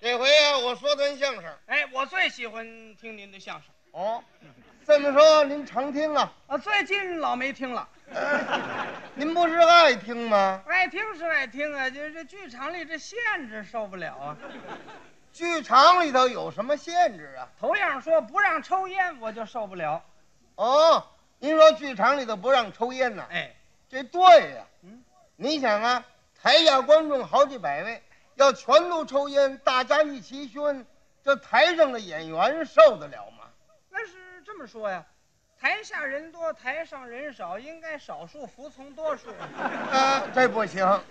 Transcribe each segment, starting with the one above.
哪回呀、我说段相声哎，我最喜欢听您的相声，哦，这么说您常听啊？啊，最近老没听了，您不是爱听吗？爱听是爱听啊，就是这剧场里这限制受不了啊。剧场里头有什么限制啊？头样说不让抽烟，我就受不了。哦，您说剧场里头不让抽烟呢？哎，这对呀、嗯你想啊，台下观众好几百位，要全都抽烟，大家一起熏，这台上的演员受得了吗？那是这么说呀，台下人多，台上人少，应该少数服从多 数。呃啊，这不行，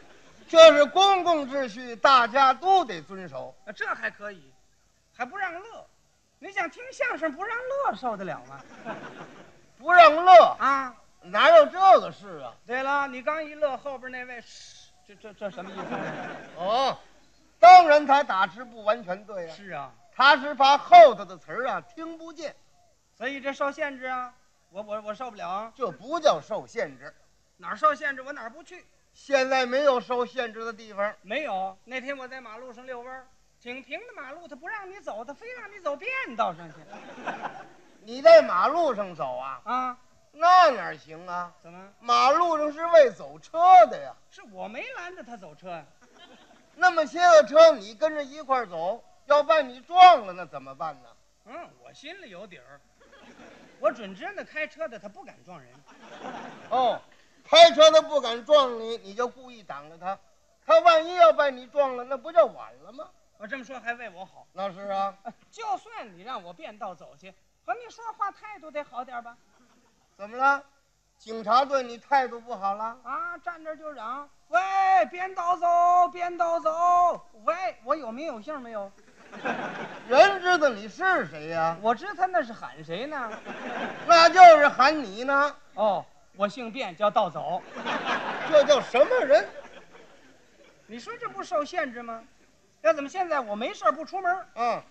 这是公共秩序，大家都得遵守。啊，这还可以，还不让乐。你想听相声不让乐受得了吗？不让乐，啊，哪有这个事啊？对了，你刚一乐，后边那位，嘘这这这什么意思？哦，当然他打词不完全对 啊，是啊，他是怕后头的词儿啊听不见，所以这受限制啊，我我我受不了啊，这不叫受限制。哪儿受限制我哪儿不去。现在没有受限制的地方，没有，那天我在马路上遛弯儿，挺平的马路，他不让你走，他非让你走便道上去。你在马路上走啊，啊，那哪行啊？怎么？马路上是为走车的呀，是我没拦着他走车啊呀、那么些个车你跟着一块儿走，要把你撞了那怎么办呢？嗯，我心里有底儿，我准知道那开车的他不敢撞人。哦，开车的不敢撞你，你就故意挡着他，他万一要把你撞了，那不就晚了吗？我这么说还为我好。那是啊，啊就算你让我变道走去，和你说话态度得好点吧？怎么了？警察对你态度不好了？啊，站这儿就嚷，喂，变道走，变道走，喂，我有名有姓没有？ 人知道你是谁呀、我知他那是喊谁呢？那就是喊你呢。哦，我姓卞，叫道走。这叫什么人？你说这不受限制吗？要怎么现在我没事儿不出门儿，啊，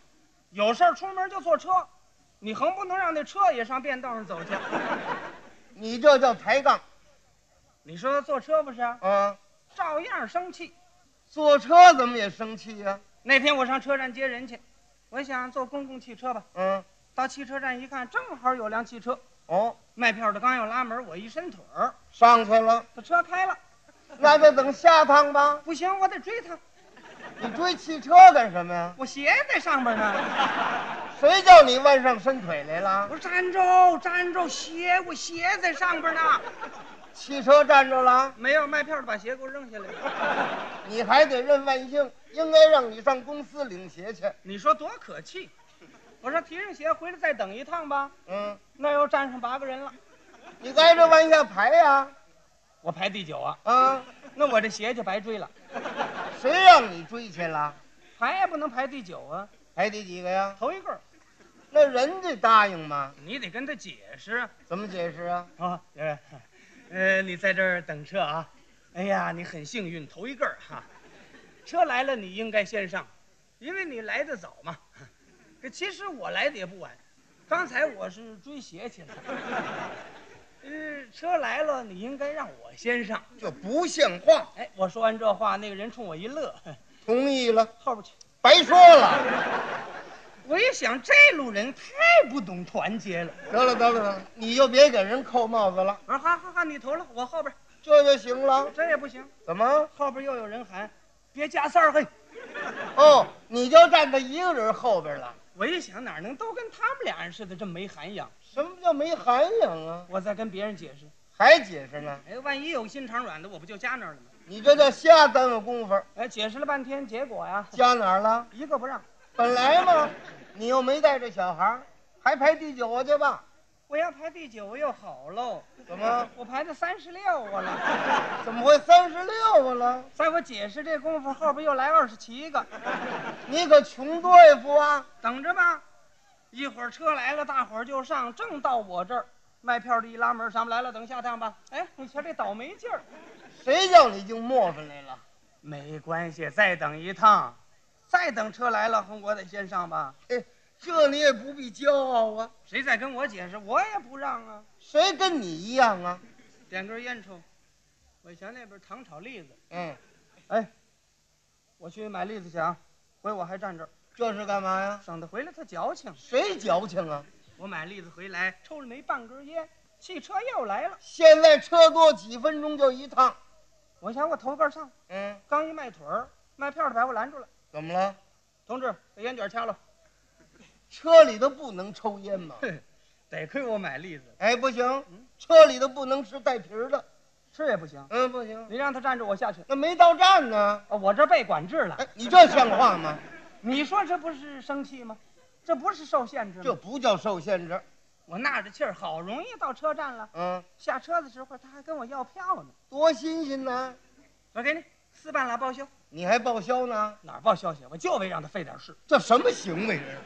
有事儿出门就坐车，你横不能让那车也上便道上走去。 你这叫抬杠你说坐车不是啊，啊！照样生气。坐车怎么也生气呀、那天我上车站接人去，我想坐公共汽车吧。嗯，到汽车站一看，正好有辆汽车，哦，卖票的刚要拉门，我一伸腿儿，上去了，这车开了，那就等下趟吧。不行，我得追他，你追汽车干什么呀？我鞋在上边呢。谁叫你弯上伸腿来我了？说站住，站住，鞋，我鞋在上边呢。汽车站着了，没有卖票的把鞋给我扔下来了。你还得认万幸，应该让你上公司领鞋去。你说多可气！我说提着鞋回来再等一趟吧，嗯，那又站上八个人了，你挨着往下排呀、我排第九啊，啊！那我这鞋就白追了，谁让你追去了？排也不能排第九啊，排第几个呀？头一个儿那人家答应吗？你得跟他解释怎么解释啊？啊，呃，呃，你在这儿等车啊，哎呀，你很幸运，头一个儿哈、车来了你应该先上，因为你来的早嘛，这其实我来的也不晚，刚才我是追鞋去了，呃，车来了你应该让我先上。这不像话！哎，我说完这话，那个人冲我一乐， 同意了，后边去。白说了。我一想，这路人太不懂团结了。得了得了得了，你就别给人扣帽子了，我说好好好，你投了，我后边这就行了。这也不行，怎么？后边又有人喊，别加塞儿嘿。哦，你就站在一个人后边了？我一想，哪能都跟他们俩人似的这么没涵养？什么叫没涵养啊？我再跟别人解释，还解释呢？哎，万一有心肠软的，我不就加那儿了吗？你这叫瞎耽误功夫。哎，解释了半天，结果呀，加哪儿了？一个不让。本来嘛，你又没带着小孩儿，还排第九啊去吧？我要排第九又好喽，怎么？我排到三十六我了。怎么会三十六啊了？在我解释这功夫，后边又来二十七个。你可穷对付啊！等着吧，一会儿车来了，大伙儿就上，正到我这儿，卖票的一拉门，咱们来了，等下趟吧。哎，你瞧这倒霉劲儿。谁叫你净磨蹭来了？没关系，再等一趟，再等车来了，我得先上吧。嘿这你也不必骄傲啊！谁再跟我解释，我也不让啊。谁跟你一样啊？点根烟抽，我瞧那边糖炒栗子，嗯，我去买栗子去啊。回我还站这儿，这是干嘛呀？省得回来他矫情。谁矫情啊？我买栗子回来，抽了没半根烟，汽车又来了。现在车多，几分钟就一趟。我想我头一杆上，嗯，刚一迈腿儿，卖票的把我拦住了。怎么了？同志，把烟卷掐了。车里头不能抽烟吗？得亏我买栗子，哎，不行嗯，车里头不能吃带皮儿的。吃也不行。嗯，不行，你让他站着，我下去。那没到站呢。啊我这被管制了。哎，你这像话吗？你说这不是生气吗？这不是受限制吗？这不叫受限制。我纳着气儿，好容易到车站了。嗯，下车的时候，他还跟我要票呢。多新鲜呐！我给你四半拉报销，你还报销呢？哪儿报销去？我就为让他费点事。这什么行为啊？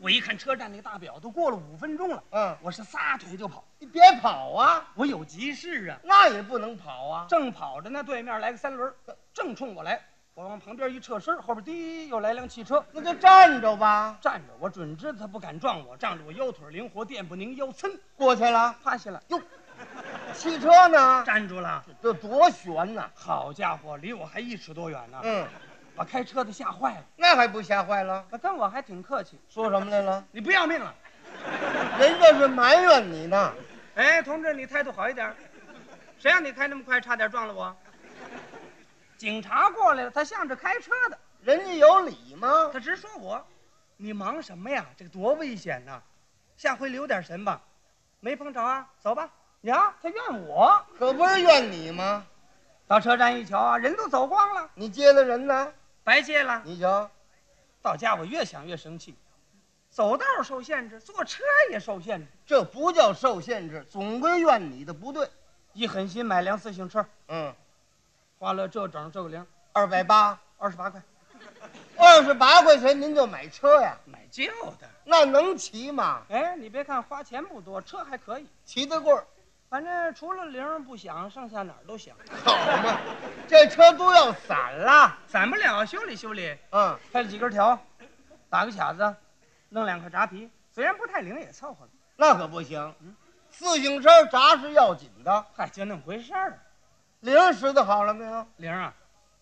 我一看车站那大表，都过了五分钟了，嗯，我是撒腿就跑。你别跑啊，我有急事啊！那也不能跑啊。正跑着呢，对面来个三轮儿，呃正冲我来。我往旁边一撤身，后边滴又来辆汽车，那就站着吧。站着我准知道他不敢撞我，仗着我腰腿灵活，垫不拧腰，噌过去了，趴下了，汽车呢？站住了。这多悬呐！好家伙，离我还一尺多远呢！嗯，把开车的吓坏了，那还不吓坏了？他跟我还挺客气，说什么来了？你不要命了？人这是埋怨你呢。哎，同志，你态度好一点儿，谁让你开那么快，差点撞了我。警察过来了，他向着开车的，人家有理吗？他直说我，你忙什么呀？这个多危险呐、下回留点神吧。没碰着啊，走吧。呀，他怨我。可不是怨你吗？到车站一瞧啊，人都走光了，你接的人呢？白接了。你瞧，到家我越想越生气，走道受限制，坐车也受限制。这不叫受限制，总归怨你的不对。一狠心买辆自行车，嗯，花了这整这个零，二百八，二十八块，二十八块钱您就买车呀？买旧的。那能骑吗？哎，你别看花钱不多，车还可以，骑得过儿，反正除了铃儿不响，剩下哪儿都响。好嘛？这车都要散了。散不了，修理修理，嗯，开了几根条，打个卡子，弄两块炸皮，虽然不太灵，也凑合了。那可不行。嗯自行车闸是要紧的，嗨，就那么回事儿。铃儿拾的好了没有？铃儿啊，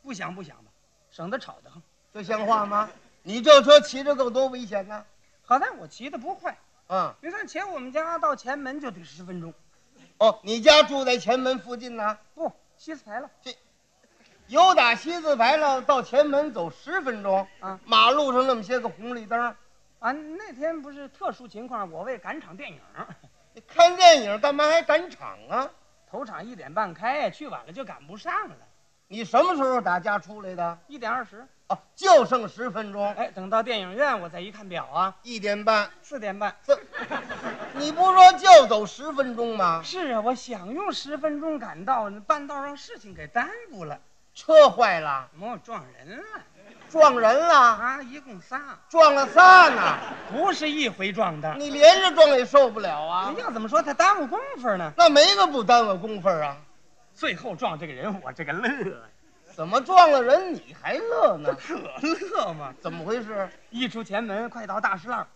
不响不响吧，省得吵得慌。这像话吗？你这车骑着够多危险呢、好在我骑得不快，嗯，你看，且我们家到前门就得十分钟，哦，你家住在前门附近呢、不西四牌楼。由打西字牌楼到前门走十分钟啊，马路上那么些个红绿灯，啊，那天不是特殊情况，我为赶场电影儿，你看电影干嘛还赶场啊？头场一点半开，去晚了就赶不上了，你什么时候打家出来的？一点二十。哦，就剩十分钟，哎，等到电影院我再一看表啊，一点半。四 点半。这，你不说就走十分钟吗？是啊，我想用十分钟赶到，半道让事情给耽误了，车坏了，怎么我撞人了撞人了，啊？一共仨，撞了仨呢，不是一回撞的。你连着撞也受不了啊人！要怎么说他耽误功夫呢？那没个不耽误工夫啊，最后撞这个人，我这个乐呀，怎么撞了人你还乐呢？可乐嘛！怎么回事？一出前门，快到大石栏儿，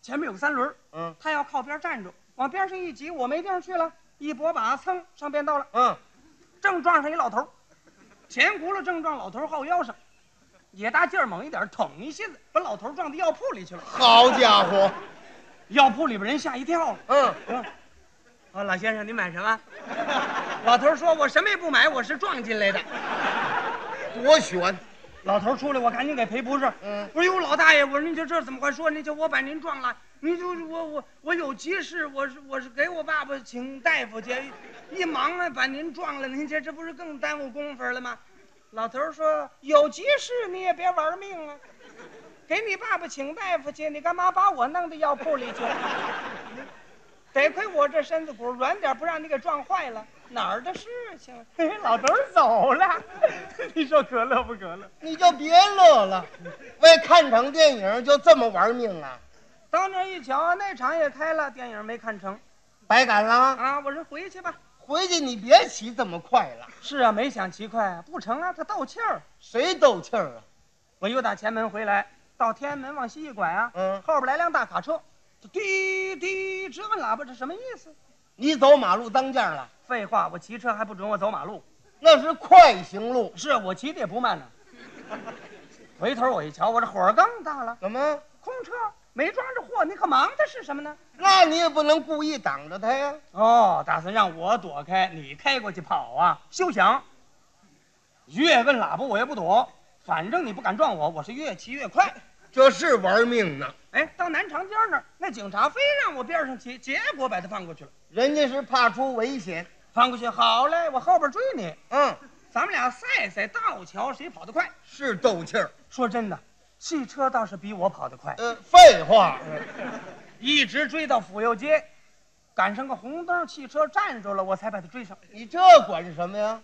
前面有个三轮儿，嗯他要靠边站住，往边上一挤，我没地方去了，一拨把噌上便道了，嗯，正撞上一老头儿，前轱辘正撞老头儿后腰上，也大劲儿猛一点儿，捅一下子把老头儿撞到药铺里去了。好家伙，药铺里边人吓一跳了。嗯。啊，老先生，你买什么？ 老头儿说：“我什么也不买，我是撞进来的。多悬！”老头儿出来，我赶紧给赔不是。嗯我说：“哟，老大爷，我说您这这怎么会说？您就我把您撞了，您就是我我我有急事，我是我是给我爸爸请大夫去，一忙啊把您撞了，您这这不是更耽误工夫了吗？”老头儿说：“有急事你也别玩命啊，给你爸爸请大夫去，你干嘛把我弄到药铺里去？得亏我这身子骨软点儿，不让你给撞坏了，哪儿的事情啊？” 老头儿走了， 你说可乐不可乐？你就别乐了，为看场电影就这么玩命啊？到那儿一瞧，那场也开了，电影没看成白赶了，啊！我说回去吧。回去你别骑这么快了，是啊，没想骑快，不成啊，他斗气儿。谁斗气儿啊？我又打前门回来，到天安门往西一拐啊，嗯后边来辆大卡车，这滴滴直摁喇叭，这什么意思？你走马路当间了，废话，我骑车还不准我走马路？啊那是快行路，是我骑的也不慢呢、回头我一瞧，我这火儿更大了，怎么？空车没装着货，你可忙的是什么呢？那你也不能故意挡着他呀。哦，打算让我躲开，你开过去跑啊？休想！越问喇叭我越不躲，反正你不敢撞我，我是越骑越快。这是玩命呢，哎，到南长街那儿，那警察非让我边上骑，结果把他放过去了。人家是怕出危险。翻过去，好嘞，我后边追你，嗯，咱们俩赛赛道桥谁跑得快。是斗气儿。说真的，汽车倒是比我跑得快，呃，废话，一直追到府右街，赶上个红灯，汽车站住了，我才把他追上。你这管什么呀？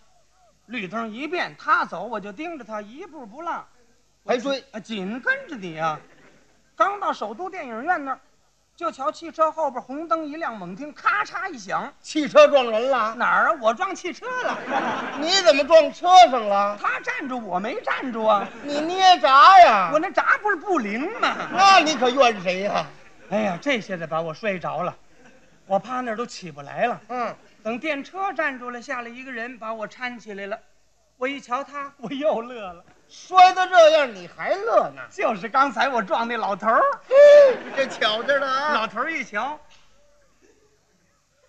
绿灯一变，他走我就盯着他，一步不落，还追？啊，紧跟着你啊。刚到首都电影院那儿，就瞧汽车后边红灯一亮，猛听咔嚓一响，汽车撞人了？哪儿啊？我撞汽车了，你怎么撞车上了？他站住我没站住啊，你捏闸呀我？那闸不是不灵吗？那你可怨谁呀、哎呀，这下子把我摔着了，我趴那儿都起不来了。嗯，等电车站住了，下来一个人把我搀起来了，我一瞧他，我又乐了，摔得这样你还乐呢？就是刚才我撞那老头儿。这巧着呢啊！老头儿一瞧，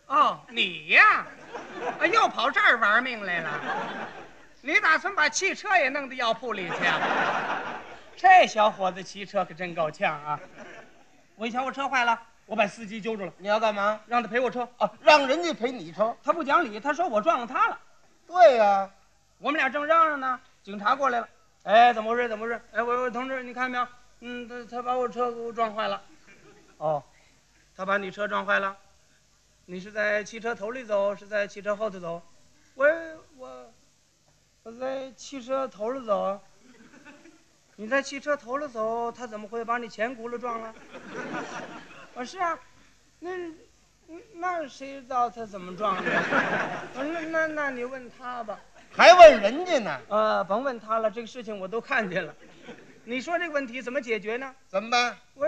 哦，你呀，啊，又跑这儿玩命来了？你打算把汽车也弄到药铺里去啊？这小伙子骑车可真够呛啊！我一瞧我车坏了，我把司机揪住了，你要干嘛？让他赔我车啊。让人家赔你车？他不讲理，他说我撞了他了。对呀、我们俩正嚷嚷呢，警察过来了。哎，怎么回事？怎么回事？哎，我说同志，你看没有？嗯，他他把我车给我撞坏了。哦，他把你车撞坏了。你是在汽车头里走，是在汽车后头走？我我我在汽车头里走啊。你在汽车头里走，他怎么会把你前轱辘撞了？我是啊，那那谁知道他怎么撞的？我说那那那你问他吧。还问人家呢？呃，甭问他了，这个事情我都看见了。 你说这个问题怎么解决呢？怎么办？我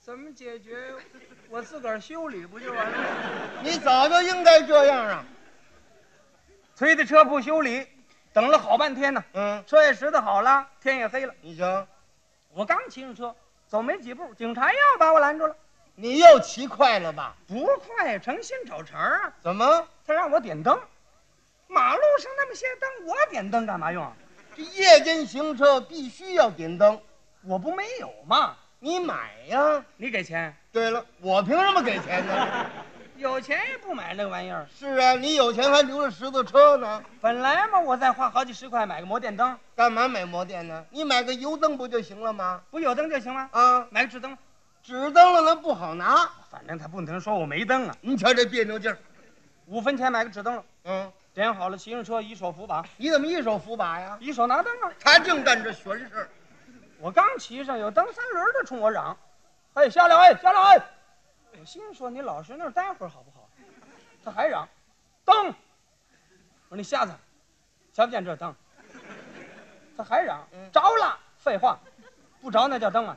怎么解决？我自个儿修理不就完了？你早就应该这样啊！推的车不修理，等了好半天呢。嗯，车也拾掇好了，天也黑了。你瞧，我刚骑上车，走没几步，警察又把我拦住了。你又骑快了吧？不快，诚心找茬儿啊！怎么？他让我点灯，马路上那么些灯，我点灯干嘛用啊？这夜间行车必须要点灯，我不没有嘛？你买呀。你给钱，对了，我凭什么给钱呢？ 有钱也不买那个玩意儿。是啊，你有钱还留着石头车呢，本来嘛，我再花好几十块买个摩电灯，干嘛买摩电呢？你买个油灯不就行了吗？不有灯就行吗？啊，买个纸灯，纸灯笼那不好拿，反正他不能说我没灯啊。你瞧这别扭劲儿。五分钱买个纸灯笼，嗯，点好了，骑上车，一手扶把，你怎么一手扶把呀？一手拿灯啊。他净干这玄事儿。我刚骑上，有蹬三轮的冲我嚷：“嘿，下来！哎，下来！”哎，我心说你老实那儿待会儿好不好？他还嚷：“蹬！”我说你瞎子，瞧不见这灯。他还嚷：“着了！”废话，不着那叫灯啊。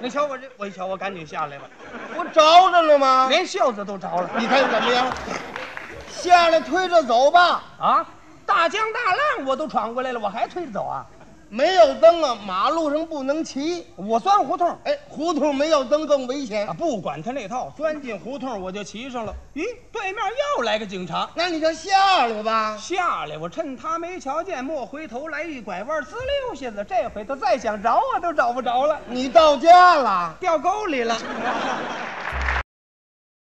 你瞧我这，我一瞧我赶紧下来了。不着着呢吗？连袖子都着了你看怎么样？下来推着走吧，啊！大江大浪我都闯过来了，我还推着走啊！没有灯啊，马路上不能骑。我钻胡同哎，胡同没有灯更危险啊，。不管他那套，钻进胡同我就骑上了。咦，对面又来个警察，那你就下来吧。下来我趁他没瞧见，莫回头来一拐弯，滋溜下啊子，这回他再想找我都找不着了，你到家了，掉沟里了。